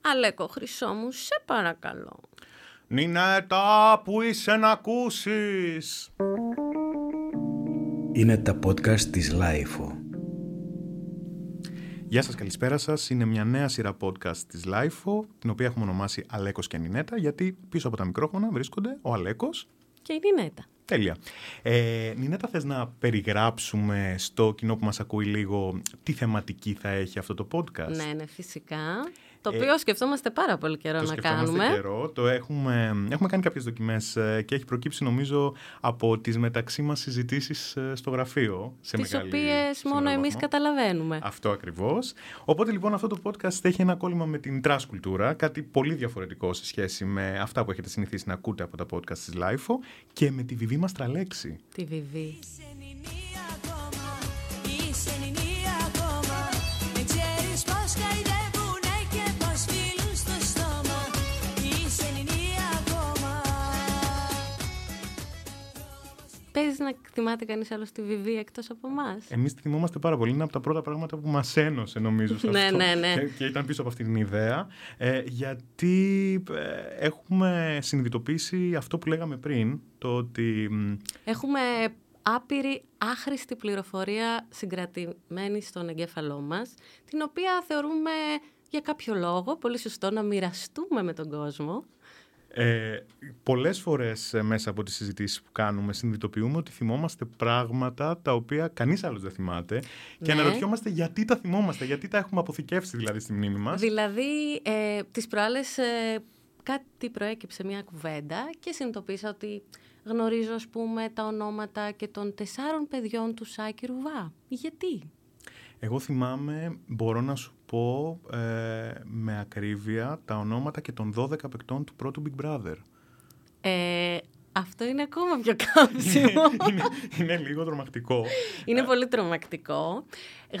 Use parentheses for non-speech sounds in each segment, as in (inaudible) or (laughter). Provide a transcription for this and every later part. Αλέκο Χρυσό μου, σε παρακαλώ. Νινέτα, που είσαι να ακούσεις. Είναι τα podcast της Λάιφο. Γεια σας, καλησπέρα σας. Είναι μια νέα σειρά podcast της Lifeo, την οποία έχουμε ονομάσει Αλέκος και Νινέτα, γιατί πίσω από τα μικρόφωνα βρίσκονται ο Αλέκος. Και η Νινέτα. Τέλεια. Ε, Νινέτα, θες να περιγράψουμε στο κοινό που μας ακούει λίγο τι θεματική θα έχει αυτό το podcast. Ναι, ναι, φυσικά. Το οποίο σκεφτόμαστε πάρα πολύ καιρό Ε, Το να σκεφτόμαστε κάνουμε. Καιρό. Το έχουμε, έχουμε κάνει κάποιες δοκιμές ε, και έχει προκύψει νομίζω από τις μεταξύ μας συζητήσεις ε, στο γραφείο. Σε Τις μεγάλη- οποίες σε μόνο μεγάλο εμείς βαθμό. καταλαβαίνουμε. Αυτό ακριβώς. Οπότε λοιπόν αυτό το podcast θα έχει ένα κόλλημα με την τρας κουλτούρα, κάτι πολύ διαφορετικό σε σχέση με αυτά που έχετε συνηθίσει να ακούτε από τα podcast της Lifeo και με τη βιβή μας τραλέξη. Τη Βιβί. Είσαι νηνή ακόμα, είσαι νηνή ακόμα Δεν ξέρεις πως καηδεύουνε και πως φίλουν στο στόμα Είσαι νηνή ακόμα Παίζει να θυμάται κανείς άλλος τη Βιβί εκτός από εμάς. Εμείς τη θυμόμαστε πάρα πολύ. Είναι από τα πρώτα πράγματα που μας ένωσε, νομίζω. σε Ναι, αυτό. ναι, ναι. Και, και ήταν πίσω από αυτή την ιδέα. Ε, γιατί ε, έχουμε συνειδητοποιήσει αυτό που λέγαμε πριν, το ότι. μ, Έχουμε άπειρη, άχρηστη πληροφορία συγκρατημένη στον εγκέφαλό μας, την οποία θεωρούμε για κάποιο λόγο πολύ σωστό να μοιραστούμε με τον κόσμο. Ε, πολλές φορές ε, μέσα από τις συζητήσεις που κάνουμε συνειδητοποιούμε ότι θυμόμαστε πράγματα τα οποία κανείς άλλος δεν θυμάται και Ναι. αναρωτιόμαστε γιατί τα θυμόμαστε, γιατί τα έχουμε αποθηκεύσει δηλαδή στη μνήμη μας. Δηλαδή, ε, τις προάλλες ε, κάτι προέκυψε μια κουβέντα και συνειδητοποίησα ότι γνωρίζω, ας πούμε, τα ονόματα και των τεσσάρων παιδιών του Σάκη Ρουβά. Γιατί? Εγώ θυμάμαι, μπορώ να σου πω ε, με ακρίβεια τα ονόματα και των 12 παικτών του πρώτου Big Brother. Ε, αυτό είναι ακόμα πιο κάψιμο. (laughs) είναι, είναι λίγο τρομακτικό. είναι πολύ τρομακτικό.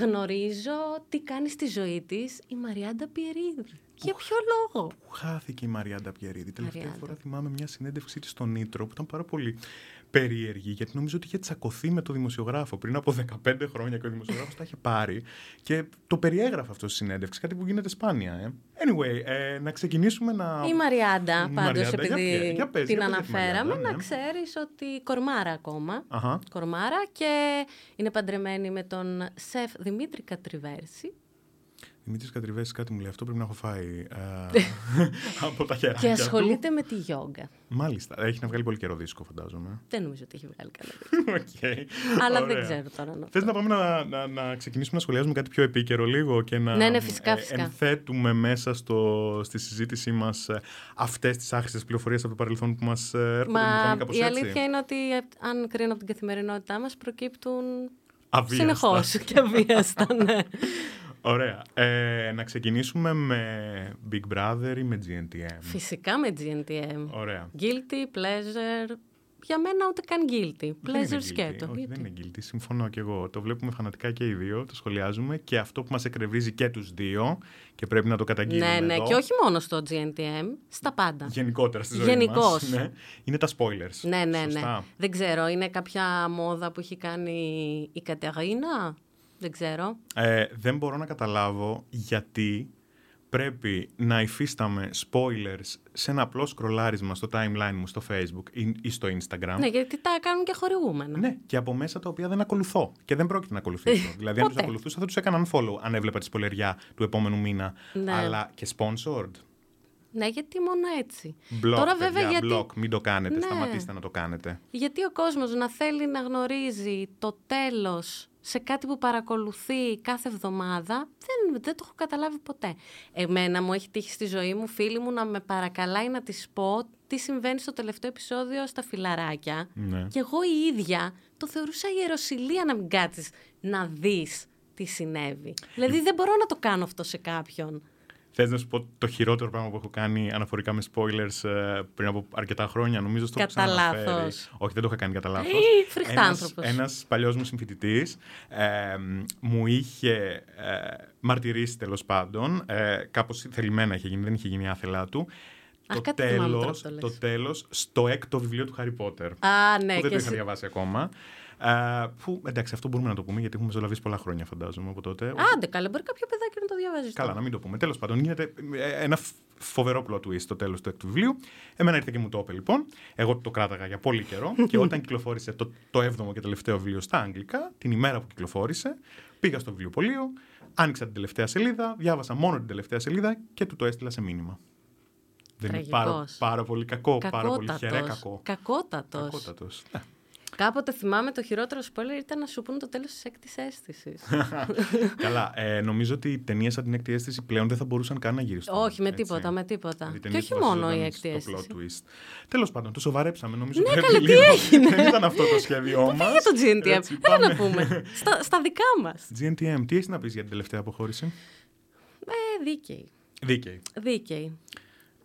Γνωρίζω τι κάνει στη ζωή της η Μαριάντα Πιερίδη. Για ποιο λόγο. Πού χάθηκε η Μαριάντα Πιερίδη. Τελευταία Μαριάντα. φορά θυμάμαι μια συνέντευξή της στον Νίτρο που ήταν πάρα πολύ περίεργη, γιατί νομίζω ότι είχε τσακωθεί με το δημοσιογράφο πριν από 15 χρόνια και ο δημοσιογράφος τα είχε πάρει και το περιέγραφε αυτό στη συνέντευξη, κάτι που γίνεται σπάνια. Ε. Anyway, ε, να ξεκινήσουμε να. Η Μαριάντα, Η πάντως, Μαριάντα, για επειδή πε- για πες, την για πες για τη αναφέραμε, Μαριάντα, να ναι. ξέρεις ότι κορμάρα ακόμα. Αχα. κορμάρα και είναι παντρεμένη με τον σεφ Δημήτρη Κατριβέρση. Δημήτρη Κατριβέση, κάτι μου λέει αυτό. Πρέπει να έχω φάει ε, (laughs) από τα χεράκια. Και του. ασχολείται με τη γιόγκα. Μάλιστα. Έχει να βγάλει πολύ καιρό δίσκο, (laughs) φαντάζομαι. Δεν νομίζω ότι έχει βγάλει καλά. Οκ. Αλλά δεν Ωραία. ξέρω τώρα. να- Θες να πάμε να, να, να ξεκινήσουμε να σχολιάζουμε κάτι πιο επίκαιρο λίγο και να Ναι, ναι, φυσικά, ε, φυσικά. ενθέτουμε μέσα στο, στη συζήτησή ε, μα αυτές τις άχρηστες πληροφορίες από το παρελθόν που μας, ε, έρχονται. μου Μα φαίνεται κάπως η έτσι. αλήθεια είναι ότι ε, αν κρίνω από την καθημερινότητά μας προκύπτουν Αβίαστα. συνεχώς και αβίαστα. ναι. (laughs) Ωραία. Ε, να ξεκινήσουμε με Big Brother ή με GNTM. Φυσικά με GNTM. Ωραία. Guilty, pleasure. Για μένα ούτε καν guilty. Δεν είναι Pleasure guilty. σκέτο. Όχι, Γιατί? δεν είναι guilty. Συμφωνώ και εγώ. Το βλέπουμε φανατικά και οι δύο, το σχολιάζουμε και αυτό που μας εκνευρίζει και τους δύο και πρέπει να το καταγγείλουμε. Ναι, ναι. εδώ. Και όχι μόνο στο GNTM, στα πάντα. Γενικότερα στη ζωή Γενικώς. μας. Ναι. Είναι τα spoilers. Ναι, ναι, Σωστά. ναι. Δεν ξέρω, είναι κάποια μόδα που έχει κάνει η Κατερίνα. Δεν ξέρω. Ε, δεν μπορώ να καταλάβω γιατί πρέπει να υφίσταμε spoilers σε ένα απλό σκρολάρισμα στο timeline μου στο facebook ή, ή στο instagram. Ναι, γιατί τα κάνουν και χορηγούμενα. Ναι, και από μέσα τα οποία δεν ακολουθώ και δεν πρόκειται να (laughs) ακολουθήσω. δηλαδή, αν τους Ποτέ. ακολουθούσα, θα τους έκαναν follow αν έβλεπα τη σπολεριά του επόμενου μήνα. Ναι. Αλλά και sponsored. Ναι, γιατί μόνο έτσι. Block, Τώρα παιδιά, βέβαια γιατί, block, μην το κάνετε, Ναι. σταματήστε να το κάνετε. γιατί ο κόσμος να θέλει να γνωρίζει το τέλος σε κάτι που παρακολουθεί κάθε εβδομάδα, δεν, δεν το έχω καταλάβει ποτέ. Εμένα μου έχει τύχει στη ζωή μου, φίλοι μου, να με παρακαλάει να της πω τι συμβαίνει στο τελευταίο επεισόδιο στα φιλαράκια. Ναι. Και εγώ η ίδια το θεωρούσα ιεροσιλία να μην κάτσεις να δεις τι συνέβη. Δηλαδή δεν μπορώ να το κάνω αυτό σε κάποιον. Θες να σου πω το χειρότερο πράγμα που έχω κάνει αναφορικά με spoilers ε, πριν από αρκετά χρόνια, νομίζω στο έχω Κατά ξαναναφέρει. λάθος. Όχι, δεν το είχα κάνει κατά λάθος. Ε, φρικτά άνθρωπος. Ένας παλιός μου συμφοιτητής μου είχε ε, μαρτυρήσει τέλος πάντων, ε, κάπως θελημένα είχε γίνει, δεν είχε γίνει άθελά του, Αχ, το κάτι θυμάμαι τώρα τέλος, που το λες. το τέλος στο έκτο βιβλίο του Χάρι Πότερ. Α, ναι, και που δεν το είχα εσύ- διαβάσει ακόμα. Α, που, εντάξει, αυτό μπορούμε να το πούμε γιατί έχουμε ζωλαβήσει πολλά χρόνια, φαντάζομαι, από τότε. Άντε, καλά, μπορεί κάποιο παιδάκι να το διαβάζεις. Καλά, να μην το πούμε. Τέλος πάντων, γίνεται ε, ένα φ- φοβερό plot twist στο τέλος του έκτου βιβλίου. Εμένα ήρθε και μου το είπε λοιπόν. Εγώ το κράταγα για πολύ (laughs) καιρό. και όταν κυκλοφόρησε το, το 7ο και τελευταίο βιβλίο στα Αγγλικά, την ημέρα που κυκλοφόρησε, πήγα στο βιβλιοπωλείο, άνοιξα την τελευταία σελίδα, διάβασα μόνο την τελευταία σελίδα και του το έστειλα σε μήνυμα. Δεν είναι πάρα, Τραγικός. πάρα πολύ κακό, πάρα πολύ χερέ κακό. Κακότατος. Κακότατος. Ναι. Κάποτε θυμάμαι το χειρότερο spoiler ήταν να σου πούνε το τέλος της έκτης (laughs) αίσθησης. Καλά, ε, νομίζω ότι οι ταινίες σαν την έκτη αίσθηση πλέον δεν θα μπορούσαν καν να γυρίσουν. όχι, με έτσι. τίποτα, με τίποτα. Δηλαδή, Και ταινίες όχι που μόνο η βασιζόταν έκτη στο αίσθηση. plot twist. Τέλος πάντων, το σοβαρέψαμε. Νομίζω Ναι, πρέπει καλά, τι λίγο. έγινε? (laughs) Δεν ήταν αυτό το σχέδιό μα. (laughs) Για το GNTM. Έλα να πούμε. στα, στα δικά μας. GNTM, τι έχεις να πεις για την τελευταία αποχώρηση. Ε, δίκαιη. Δίκαιη. Δίκαιη.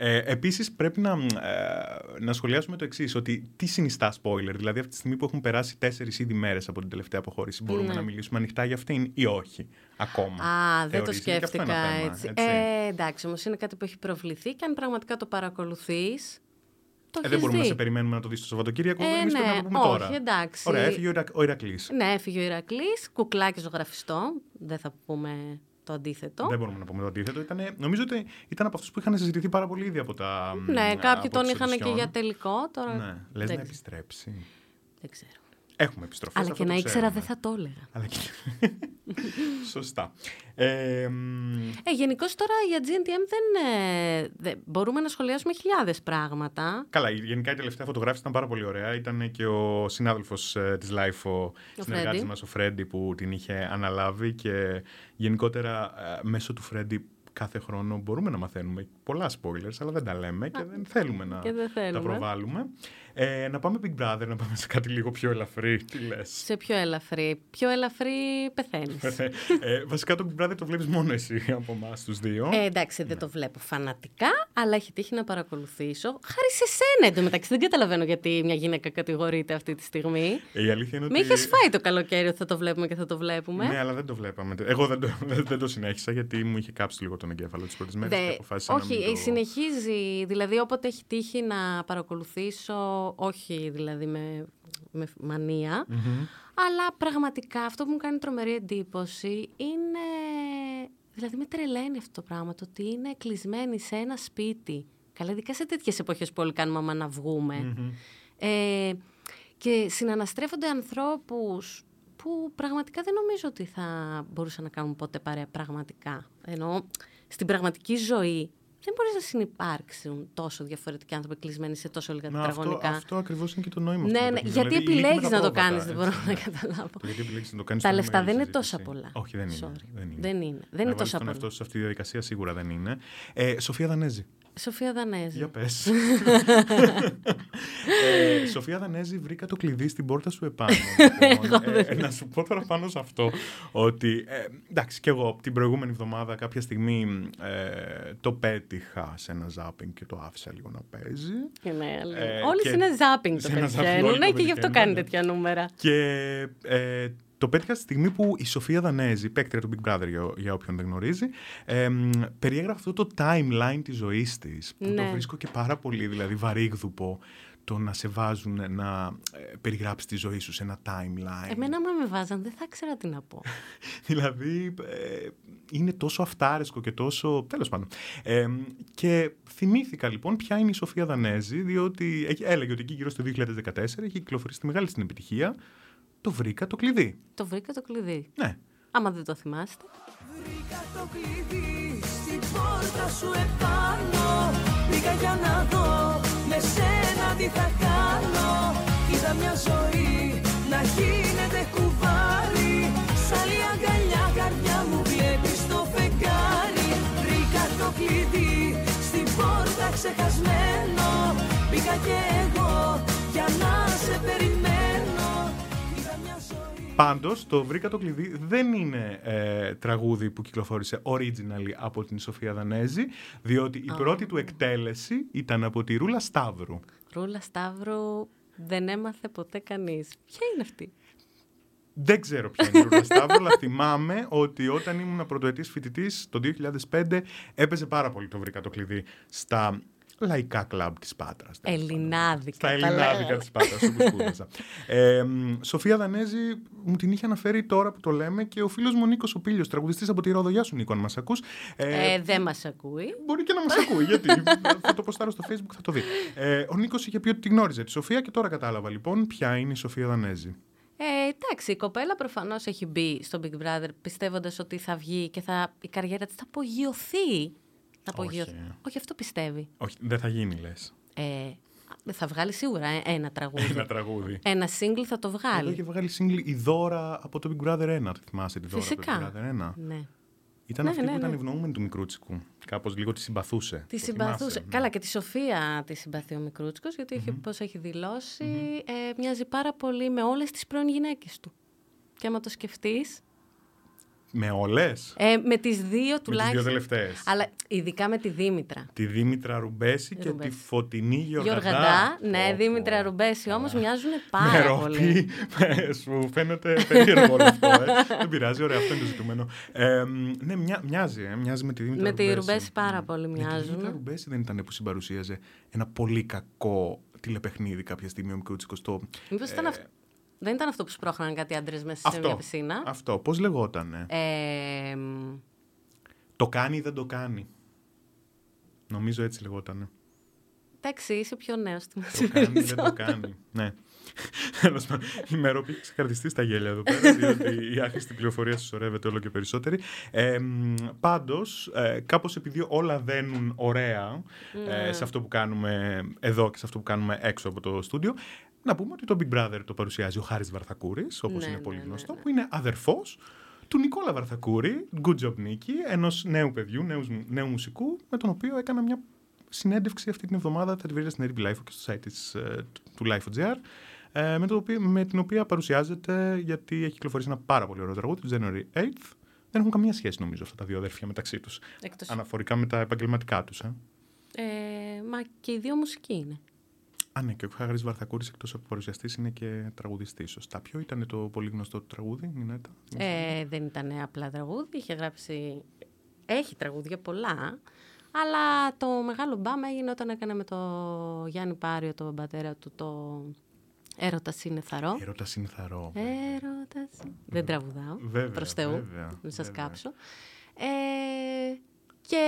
Ε, Επίσης, πρέπει να, ε, να σχολιάσουμε το εξής: Ότι τι συνιστά spoiler, δηλαδή από τη στιγμή που έχουν περάσει τέσσερις ήδη μέρες από την τελευταία αποχώρηση, μπορούμε Ναι. να μιλήσουμε ανοιχτά για αυτήν ή όχι. Ακόμα. Α, δεν το Θεωρείς, είναι και αυτό σκέφτηκα ένα θέμα, έτσι. Ε, εντάξει, όμως είναι κάτι που έχει προβληθεί και αν πραγματικά το παρακολουθείς. Το Ε, δεν έχεις μπορούμε δει. να σε περιμένουμε να το δεις το Σαββατοκύριακο. Ε, εμείς πρέπει ναι, να το πούμε όχι, τώρα. εντάξει. Ωραία, έφυγε ο Ηρα- ο Ηρακλής. Ναι, έφυγε ο Ηρακλής. Κουκλάκι ζωγραφιστό. Δεν θα πούμε το αντίθετο. Δεν μπορούμε να πούμε το αντίθετο. Ήτανε, νομίζω ότι ήταν από αυτούς που είχαν συζητηθεί πάρα πολύ ήδη από τα. μ, Ναι, α, από κάποιοι τον τις είχαν και edition. για τελικό. Τώρα Ναι, λες να δεν, επιστρέψει. δεν ξέρω. Έχουμε επιστροφές. Αλλά και να ήξερα ναι. δεν θα το έλεγα. Αλλά και... (laughs) Σωστά. Ε, μ, Ε, Γενικώ τώρα για GNTM δεν, ε, δεν- μπορούμε να σχολιάσουμε χιλιάδες πράγματα. Καλά, η- γενικά η τελευταία φωτογράφηση ήταν πάρα πολύ ωραία. Ήταν και ο ε, συνάδελφο της Life, ο συνεργάτη Φρέντι. μας, ο Φρέντι, που την είχε αναλάβει. Και γενικότερα ε, μέσω του Φρέντι κάθε χρόνο μπορούμε να μαθαίνουμε πολλά spoilers, αλλά δεν τα λέμε και δεν θέλουμε να και δεν τα θέλουμε. προβάλλουμε. Ε, να πάμε Big Brother, να πάμε σε κάτι λίγο πιο ελαφρύ. Τι λες. Σε πιο ελαφρύ. Πιο ελαφρύ πεθαίνεις. ε, βασικά το Big Brother το βλέπεις μόνο εσύ από εμάς τους δύο. Ε, εντάξει, δεν το βλέπω φανατικά, αλλά έχει τύχει να παρακολουθήσω. Χάρη σε σένα εντωμεταξύ. Δεν καταλαβαίνω γιατί μια γυναίκα κατηγορείται αυτή τη στιγμή. η αλήθεια είναι Με ότι. είχες Ε, φάει το καλοκαίρι ότι θα το βλέπουμε και θα το βλέπουμε. Ναι, αλλά δεν το βλέπαμε. Εγώ δεν το, (laughs) δεν το συνέχισα γιατί μου είχε κάψει λίγο τον εγκέφαλο τι πρώτε μέρε Δε- και αποφάσισα όχι, να μην ε, το... συνεχίζει. Δηλαδή, όποτε έχει τύχει να παρακολουθήσω, όχι δηλαδή με, με μανία, αλλά πραγματικά αυτό που μου κάνει τρομερή εντύπωση είναι. Δηλαδή, με τρελαίνει αυτό το πράγμα. Το ότι είναι κλεισμένοι σε ένα σπίτι. Καλά, ειδικά σε τέτοιες εποχές που όλοι κάνουμε άμα να βγουμε Ε, και συναναστρέφονται ανθρώπους που πραγματικά δεν νομίζω ότι θα μπορούσαν να κάνουν ποτέ παρέα πραγματικά. Ενώ στην πραγματική ζωή δεν μπορείς να συνεπάρξουν τόσο διαφορετικοί άνθρωποι κλεισμένοι σε τόσο λίγα Να, αυτό, τετραγωνικά. αυτό ακριβώς είναι και το νόημα. αυτού ναι, του ναι, παιχνιδιού. γιατί Δηλαδή, η λύκη επιλέγεις με τα να το πρόβατα, κάνεις, δεν έτσι, μπορώ να ναι. καταλάβω. Το γιατί επιλέγεις να το κάνεις Τα είναι λεφτά μεγάλη δεν είναι συζήτηση. τόσα πολλά. Όχι, δεν είναι. Sorry. Δεν είναι. Δεν είναι. Δεν Να είναι βάλεις τόσα τον πολλά. εαυτό σου σε αυτή τη διαδικασία σίγουρα δεν είναι. Ε, Σοφία Δανέζη. Σοφία Δανέζη. Για πες. ε, Σοφία Δανέζη, βρήκα το κλειδί στην πόρτα σου επάνω. λοιπόν. Ε, να σου πω τώρα πάνω σε αυτό ότι. ε, εντάξει, κι εγώ την προηγούμενη εβδομάδα κάποια στιγμή ε, το πέτυχα σε ένα ζάπινγκ και το άφησα λίγο να παίζει. Ε, ναι, αλλά Ε, Όλοι και- σε ένα ζάπινγκ το σε ένα ζάπινγκ πετυχαίνουν όλοι το ναι, και γι' αυτό πετυχαίνουν, κάνει ναι. τέτοια νούμερα. Και ε, το πέτυχα στη στιγμή που η Σοφία Δανέζη, παίκτρια του Big Brother για, για όποιον δεν γνωρίζει, ε, μ, περιέγραφε αυτό το timeline της ζωής της, που το Ναι. βρίσκω και πάρα πολύ δηλαδή βαρύγδουπο, το να σε βάζουν να ε, περιγράψεις τη ζωή σου σε ένα timeline. Εμένα, άμα με βάζαν, δεν θα ήξερα τι να πω. (laughs) Δηλαδή ε, είναι τόσο αυτάρεσκο και τόσο... τέλος πάντων. Ε, και θυμήθηκα λοιπόν ποια είναι η Σοφία Δανέζη, διότι έχει- έλεγε ότι εκεί γύρω στο 2014 είχε κυκλοφορήσει τη μεγάλη στην επιτυχία το βρήκα το κλειδί. το βρήκα το κλειδί. Ναι. Άμα δεν το θυμάστε. Βρήκα το κλειδί στην πόρτα σου επάνω Βρήκα για να δω με σένα τι θα κάνω Είδα μια ζωή να γίνεται κουβάρι Σ' άλλη αγκαλιά καρδιά μου βλέπεις το φεγγάρι Βρήκα το κλειδί στην πόρτα ξεχασμένο Μπήκα και εγώ για να σε περιμένω Είδα μια ζωή Πάντως, το Βρήκα το κλειδί δεν είναι ε, τραγούδι που κυκλοφόρησε originally από την Σοφία Δανέζη, διότι η πρώτη του εκτέλεση ήταν από τη Ρούλα Σταύρου. Ρούλα Σταύρου δεν έμαθε ποτέ κανείς. Ποια είναι αυτή. Δεν ξέρω ποια είναι η Ρούλα Σταύρου, αλλά θυμάμαι ότι όταν ήμουν πρωτοετής φοιτητής το 2005 έπαιζε πάρα πολύ το Βρήκα το κλειδί στα λαϊκά κλαμπ της Πάτρας. Ελληνάδικα. Στα τα ελληνάδικα λέμε. της Πάτρας, (laughs) όπως σπούδασα. Ε, μ, Σοφία Δανέζη μου την είχε αναφέρει τώρα που το λέμε και ο φίλος μου Νίκο Οπίλιο, τραγουδιστής από τη Ρόδο. Γεια σου, Νίκο, αν μας ακούς. Ε, δεν μας ακούει. Μπορεί και να μας ακούει, γιατί θα το ποστάρω στο Facebook, θα το δει. Ε, ο Νίκος είχε πει ότι τη γνώριζε τη Σοφία και τώρα κατάλαβα λοιπόν ποια είναι η Σοφία Δανέζη. Ε, εντάξει, η κοπέλα προφανώς έχει μπει στο Big Brother πιστεύοντας ότι θα βγει και θα, η καριέρα της θα απογειωθεί. Θα απογειωθεί. Όχι. Όχι, αυτό πιστεύει. Όχι, δεν θα γίνει, λες. Ε, θα βγάλει σίγουρα ε, ένα τραγούδι. Ε, Ένα τραγούδι. ένα single θα το Εδώ βγάλει. είχε βγάλει σύγκλι η Δώρα από το Big Brother 1. Το θυμάστε τη Δώρα Φυσικά. από το Big Brother 1. Ναι. Ήταν Ναι, αυτή ναι, που ήταν ναι. ευνοούμενη του Μικρούτσικου. Κάπως λίγο τη συμπαθούσε. Τη Το συμπαθούσε. θυμάσαι, ναι. Καλά, και τη Σοφία τη συμπαθεί ο Μικρούτσικος, γιατί έχει- όπως έχει δηλώσει, ε, μοιάζει πάρα πολύ με όλες τις πρώην γυναίκες του. Και άμα το σκεφτείς, Με όλες. ε, με τις δύο Με τις δύο τουλάχιστον. τελευταίες. αλλά ειδικά με τη Δήμητρα. Τη Δήμητρα Ρουμπέση και Ρουμπέση. τη φωτεινή Γιοργαντά. Γιοργαντά, ναι, Πω, πω. Δήμητρα Ρουμπέση όμως μοιάζουν με πάρα ρόπι, πολύ. με- σου φαίνεται περίεργο όλο αυτό. Ε. Δεν πειράζει, ωραία, αυτό είναι το ζητούμενο. Ε, μ, ναι, μια- μοιάζει, ε, μοιάζει με τη Δήμητρα Με τη Ρουμπέση. Ρουμπέση πάρα Μ. πολύ Ναι, Τη μοιάζουν. Δήμητρα Ρουμπέση δεν ήταν που συμπαρουσίαζε ένα πολύ κακό τηλεπαιχνίδι κάποια στιγμή ο Μικρούτσικο. Το... Μήπως ήταν αυτό. Δεν ήταν αυτό που σπρώχναν κάτι άντρες μέσα σε μια πισίνα. Ε. Αυτό. Πώς λεγότανε. Ε, μ, Το κάνει ή δεν το κάνει. Νομίζω έτσι λεγότανε. εντάξει, είσαι πιο νέος στην Το κάνει ή δεν το κάνει. Ναι. Τέλος πάντων, Η Μερόπη έχει ξεκαρδιστεί στα γέλια εδώ πέρα, διότι η άχρηστη πληροφορία συσσωρεύεται όλο και περισσότερη. Ε, Πάντω, κάπως επειδή όλα δένουν ωραία Ναι. ε, σε αυτό που κάνουμε εδώ και σε αυτό που κάνουμε έξω από το στούντιο, να πούμε ότι το Big Brother το παρουσιάζει ο Χάρης Βαρθακούρης, όπως Ναι, είναι ναι, πολύ ναι, γνωστό, ναι. που είναι αδερφός του Νικόλα Βαρθακούρη, good job Νίκη, ενός νέου παιδιού, νέους, νέου μουσικού, με τον οποίο έκανα μια συνέντευξη αυτή την εβδομάδα, θα τη βρείτε στην Ερήπη Life και στο site της, ε, του- του Life.gr, ε, με, το οποίο, με την οποία παρουσιάζεται, γιατί έχει κυκλοφορήσει ένα πάρα πολύ ωραίο τραγούδι, του January 8th. Δεν έχουν καμία σχέση νομίζω αυτά τα δύο αδέρφια μεταξύ τους, Εκτός... αναφορικά με τα επαγγελματικά τους. Ε. Ε, μα και οι δύο μουσικοί είναι. Α, ναι, και ο Χάρης Βαρθακούρης εκτός από παρουσιαστής είναι και τραγουδιστής. Σωστά. Ποιο ήταν το πολύ γνωστό του τραγούδι, Νινέτα. Ε, δεν ήταν απλά τραγούδι, είχε γράψει... Έχει τραγούδια πολλά, αλλά το μεγάλο μπαμ έγινε όταν έκανε με το Γιάννη Πάριο, τον πατέρα του, το «Έρωτας είναι θαρό». Ερώτα είναι θαρό. Ε, Έρωτας... Δεν τραγουδάω, Ε, Βέβαια, προς Θεού, βέβαια, μην σας βέβαια. κάψω. Ε, και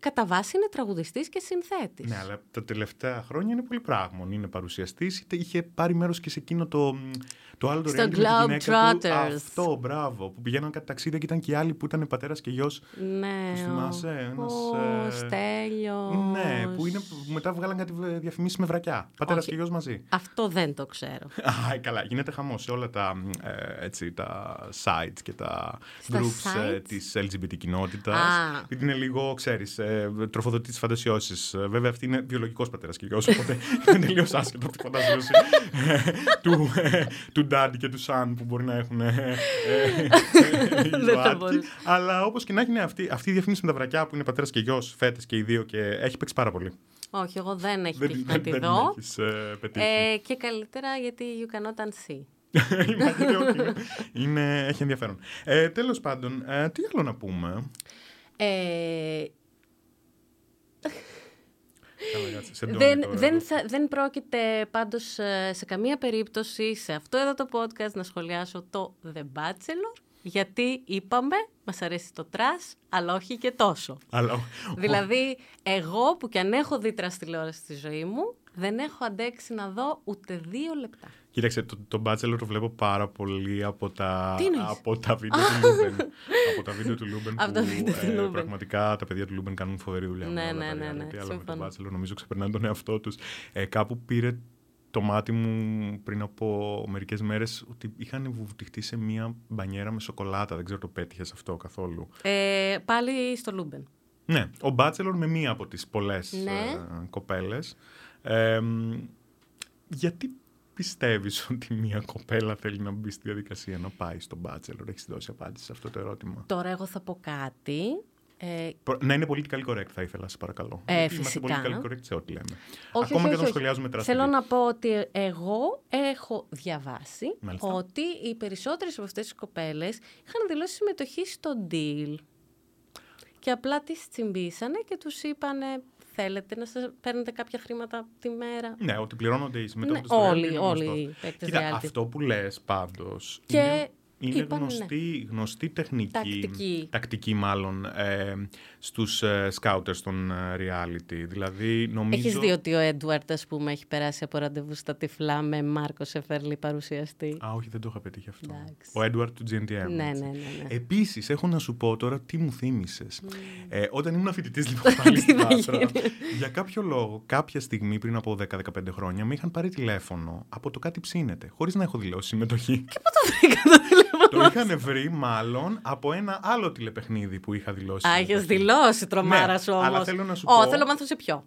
κατά βάση είναι τραγουδιστής και συνθέτης. Ναι, αλλά τα τελευταία χρόνια είναι πολύ πράγμον. Είναι παρουσιαστής, είτε είχε πάρει μέρος και σε εκείνο το, μ, το άλλο το Στο reality με τη γυναίκα του. Globetrotters. Αυτό, μπράβο. Που πηγαίναν κάτι ταξίδια και ήταν και οι άλλοι που ήταν πατέρας και γιος. Ναι, Τους ο- θυμάσαι, ένας, Ο ε, Στέλιος. Ναι, που, είναι, που μετά βγάλαν κάτι διαφημίσεις με βρακιά. Πατέρας Όχι. και γιος μαζί. Αυτό δεν το ξέρω. (laughs) Α, καλά. Γίνεται χαμός σε όλα τα, μ, ε, έτσι, τα sites και τα Στα groups ε, sites? της LGBT κοινότητας. Α. Επειδή είναι λίγο, ξέρεις, ε, τροφοδοτείς τις φαντασιώσεις. Ε, Βέβαια, αυτή είναι βιολογικός πατέρας και γιος, οπότε (laughs) είναι τελείως άσχετο από τη φαντασίωση (laughs) ε, του, ε, του dad και του son που μπορεί να έχουν ε, ε, οι (laughs) Δεν θα ζωάτικοι. μπορούσα. Αλλά όπως και να έχει, ναι, αυτή, αυτή η διαφήμιση με τα βρακιά που είναι πατέρας και γιος, φέτες και οι δύο και έχει παίξει πάρα πολύ. Όχι, εγώ δεν έχει Δεν, τύχει να δεν- τη δεν δω. έχεις, ε, πετύχει. Ε, και καλύτερα γιατί you cannot unsee. (laughs) Είμαστε οκ. είναι, έχει ενδιαφέρον. Ε, Τέλος πάντων, ε, τι άλλο να πούμε. Ε, Καλά, κάτσε, σε ντώνει δεν, τώρα. δεν, θα- δεν πρόκειται πάντως ε, σε καμία περίπτωση σε αυτό εδώ το podcast να σχολιάσω το The Bachelor γιατί είπαμε μας αρέσει το τρας αλλά όχι και (laughs) τόσο. Αλλά, δηλαδή εγώ που κι αν έχω δει τρας τηλεόραση στη ζωή μου δεν έχω αντέξει να δω ούτε δύο λεπτά. κοίταξε, το, το Bachelor το βλέπω πάρα πολύ από τα, Τι εννοείς? από τα βίντεο του Λούμπεν. από τα βίντεο του Λούμπεν. Από τα που, βίντεο του ε, Λούμπεν. Πραγματικά τα παιδιά του Λούμπεν κάνουν φοβερή δουλειά. με Ναι, όλα ναι, ναι, τα ναι, reality, Αλλά με τον συμφωνώ. Bachelor νομίζω ξεπερνάνε τον εαυτό τους. Ε, κάπου πήρε το μάτι μου πριν από μερικές μέρες ότι είχαν βουτυχτεί σε μία μπανιέρα με σοκολάτα. Δεν ξέρω το πέτυχες αυτό καθόλου. Ε, πάλι στο Λούμπεν. Ναι, ο Μπάτσελορ με μία από τις πολλές Ναι. ε, κοπέλες. Ε, μ, γιατί πιστεύεις (laughs) ότι μία κοπέλα θέλει να μπει στη διαδικασία να πάει στον Μπάτσελορ. Έχεις δώσει απάντηση σε αυτό το ερώτημα. Τώρα εγώ θα πω κάτι. Ε, Προ- Να είναι πολύ καλή correct θα ήθελα, σε παρακαλώ. Ε, Γιατί Είμαστε φυσικά. πολύ καλή correct σε ό,τι λέμε. όχι, Ακόμα όχι, και όχι, όταν όχι. σχολιάζουμε τεράστια. Θέλω να πω ότι εγώ έχω διαβάσει Μάλιστα. ότι οι περισσότερες από αυτές τις κοπέλες είχαν δηλώσει συμμετοχή στο deal. Και απλά τις τσιμπήσανε και τους είπανε Θέλετε να σας παίρνετε κάποια χρήματα τη μέρα. Ναι, ότι πληρώνονται οι συμμετέχοντες. Ναι, όλοι, όλοι οι παίκτες Κοίτα, reality. αυτό που λες πάντως. Και είναι, είναι είπαν ναι. γνωστή, γνωστή τεχνική. Τακτική. τακτική μάλλον ε, στους ε, scouters των ε, reality. Δηλαδή νομίζω... Έχεις δει ότι ο Έντουαρτ, ας πούμε, έχει περάσει από ραντεβού στα τυφλά με Μάρκο Σεφέρλη παρουσιαστή. Α, όχι, δεν το είχα πετύχει αυτό. Εντάξει. Ο Edward του GNTM. ναι, ναι, έτσι. ναι. ναι. Επίσης, έχω να σου πω τώρα τι μου θύμισες. Ναι. Ε, όταν ήμουν φοιτητής (laughs) λοιπόν πάλι στην θα Πάτρα, γίνει? για κάποιο λόγο, κάποια στιγμή πριν από 10-15 χρόνια, με είχαν πάρει τηλέφωνο από το κάτι ψήνεται, χωρίς να έχω δηλώσει συμμετοχή. το είχαν βρει μάλλον από ένα άλλο τηλεπαιχνίδι που είχα δηλώσει. Α, συμμετοχή. έχεις δηλώσει τρομάρας Ε, Ναι, σου αλλά όμως. θέλω να σου Ω, πω- θέλω να μάθω σε ποιο.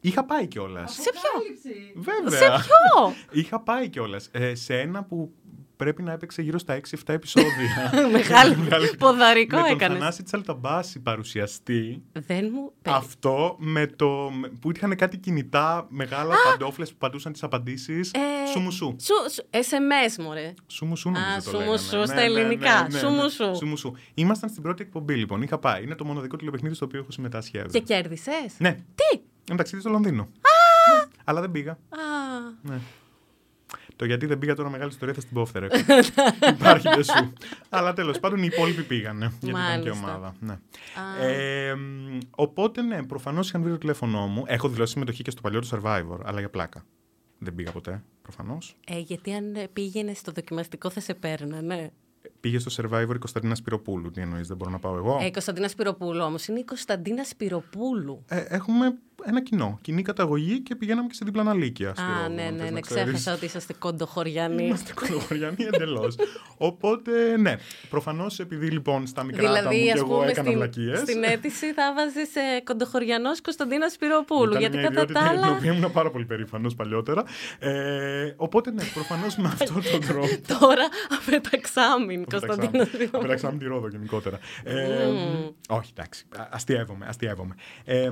Είχα πάει κιόλας. Σε ποιο. Βέβαια. Σε ποιο. (laughs) Είχα πάει κιόλας. Ε, σε ένα που πρέπει να έπαιξε γύρω (laughs) στα 6-7 επεισόδια. (laughs) Μεγάλο ποδαρικό με τον έκανες. Θανάση Τσαλταμπάση παρουσιαστή. Δεν μου πέφτει. Αυτό με το. με- που είχαν κάτι κινητά μεγάλα παντόφλες που πατούσαν τις απαντήσεις. Ε, Σουμουσού. Σου, σου, SMS, μωρέ. Σουμουσού νομίζω Α, το σουμουσού λέγανε. στα Ναι, ναι, ναι, ελληνικά. ναι, ναι. Σουμουσού. Σουμουσού. Ήμασταν στην πρώτη εκπομπή λοιπόν. Είχα πάει. Είναι το μοναδικό τηλεπαιχνίδι στο οποίο έχω συμμετάσχει ever. Και κέρδισες. Ναι. Τι. Ένα ταξίδι στο Λονδίνο. Ναι. Αλλά δεν πήγα. Α, Ναι. Το γιατί δεν πήγα τώρα μεγάλη ιστορία θα στην πω φτερέ. (laughs) Υπάρχει δε σου. Αλλά τέλος πάντων οι υπόλοιποι πήγανε. Γιατί ήταν και Μάλιστα. ομάδα. Ναι. α, Ε, μ, οπότε ναι, προφανώς είχαν βρει το τηλέφωνό μου. Έχω δηλώσει συμμετοχή και στο παλιό του survivor, αλλά για πλάκα. Δεν πήγα ποτέ, προφανώς. ε, γιατί αν πήγαινε στο δοκιμαστικό θα σε ναι. παίρνανε. Πήγε στο survivor η Κωνσταντίνα Σπυροπούλου. Τι εννοείς, δεν μπορώ να πάω εγώ. Ε, η Κωνσταντίνα Σπυροπούλου όμως. Είναι η Κωνσταντίνα Σπυροπούλου. Ε, έχουμε ένα κοινό. Κοινή καταγωγή και πηγαίναμε και σε διπλανά λύκεια. στη Α, Ρόδο, ναι, αν ναι, θες ναι. να ξέρεις. Ξέχασα ότι είσαστε κοντοχωριανοί. Είμαστε κολοχωριανοί εντελώς. Οπότε, ναι. Προφανώς επειδή λοιπόν στα μικρά τα μου Δηλαδή, και ας εγώ πούμε, έκανα στην, βλακίες. στην αίτηση θα βάζεις ε, κοντοχωριανός Κωνσταντίνα Σπυροπούλου. Γιατί κατά τα την άλλα. οποία ήμουν πάρα πολύ περήφανος παλιότερα. Ε, οπότε, ναι, προφανώς με αυτόν (laughs) τον τρόπο. Τώρα απεταξάμιν Κωνσταντίνα Σπυροπούλου. Πετάξαμε τη Ρόδο γενικότερα. Ε, Όχι, εντάξει. α- Αστείευομαι, αστείευομαι. Ε,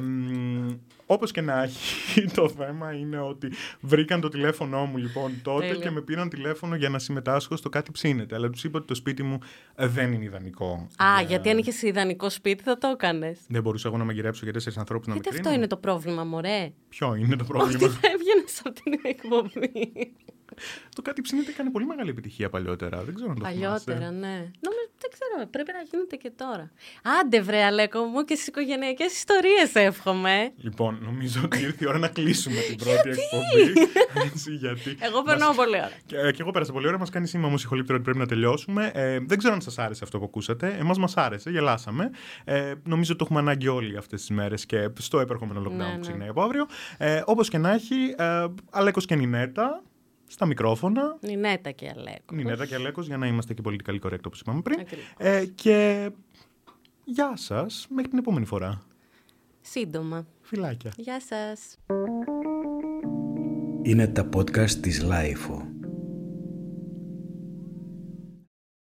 Όπως και να έχει, (laughs) το θέμα είναι ότι βρήκαν το τηλέφωνό μου λοιπόν τότε Τέλεια. και με πήραν τηλέφωνο για να συμμετάσχω στο κάτι ψήνεται. Αλλά τους είπα ότι το σπίτι μου ε, δεν είναι ιδανικό. Α, για- γιατί αν είχες ιδανικό σπίτι θα το έκανες. Δεν μπορούσα εγώ να μαγειρέψω για τέσσερις ανθρώπους να με Γιατί αυτό κρίνουν. είναι το πρόβλημα, μωρέ. Ποιο είναι το Ότι πρόβλημα. θα έβγαινες από την εκπομπή. το κάτι ψήνεται έκανε πολύ μεγάλη επιτυχία παλιότερα. Δεν ξέρω αν το Παλιότερα, ναι. Νομίζω, δεν ξέρω, πρέπει να γίνεται και τώρα. Άντε, βρε, Αλέκο μου, και στις οικογενειακές ιστορίες εύχομαι. Λοιπόν, νομίζω ότι ήρθε η ώρα να κλείσουμε (laughs) την πρώτη εκπομπή. Έτσι, γιατί. Εγώ περνάω μας- πολύ ώρα. Και, ε, και εγώ πέρασα πολύ ώρα. Μας κάνει σήμα όμως η χολύπτερα ότι πρέπει να τελειώσουμε. Ε, δεν ξέρω αν σας άρεσε αυτό που ακούσατε. Εμάς μας άρεσε, γελάσαμε. Ε, νομίζω ότι το έχουμε ανάγκη όλοι αυτές τις μέρες και στο επερχόμενο lockdown Ναι, ναι. που ξεκινάει από αύριο. Ε, Όπως και να έχει, ε, Αλέκος και Νινέτα στα μικρόφωνα. Νινέτα και Αλέκος. Νινέτα και Αλέκος για να είμαστε και πολιτικά correct όπως είπαμε πριν. Ακριβώς. Ε, και γεια σας μέχρι την επόμενη φορά. Σύντομα. Φιλάκια. Γεια σας. Είναι τα podcast της Λάιφο.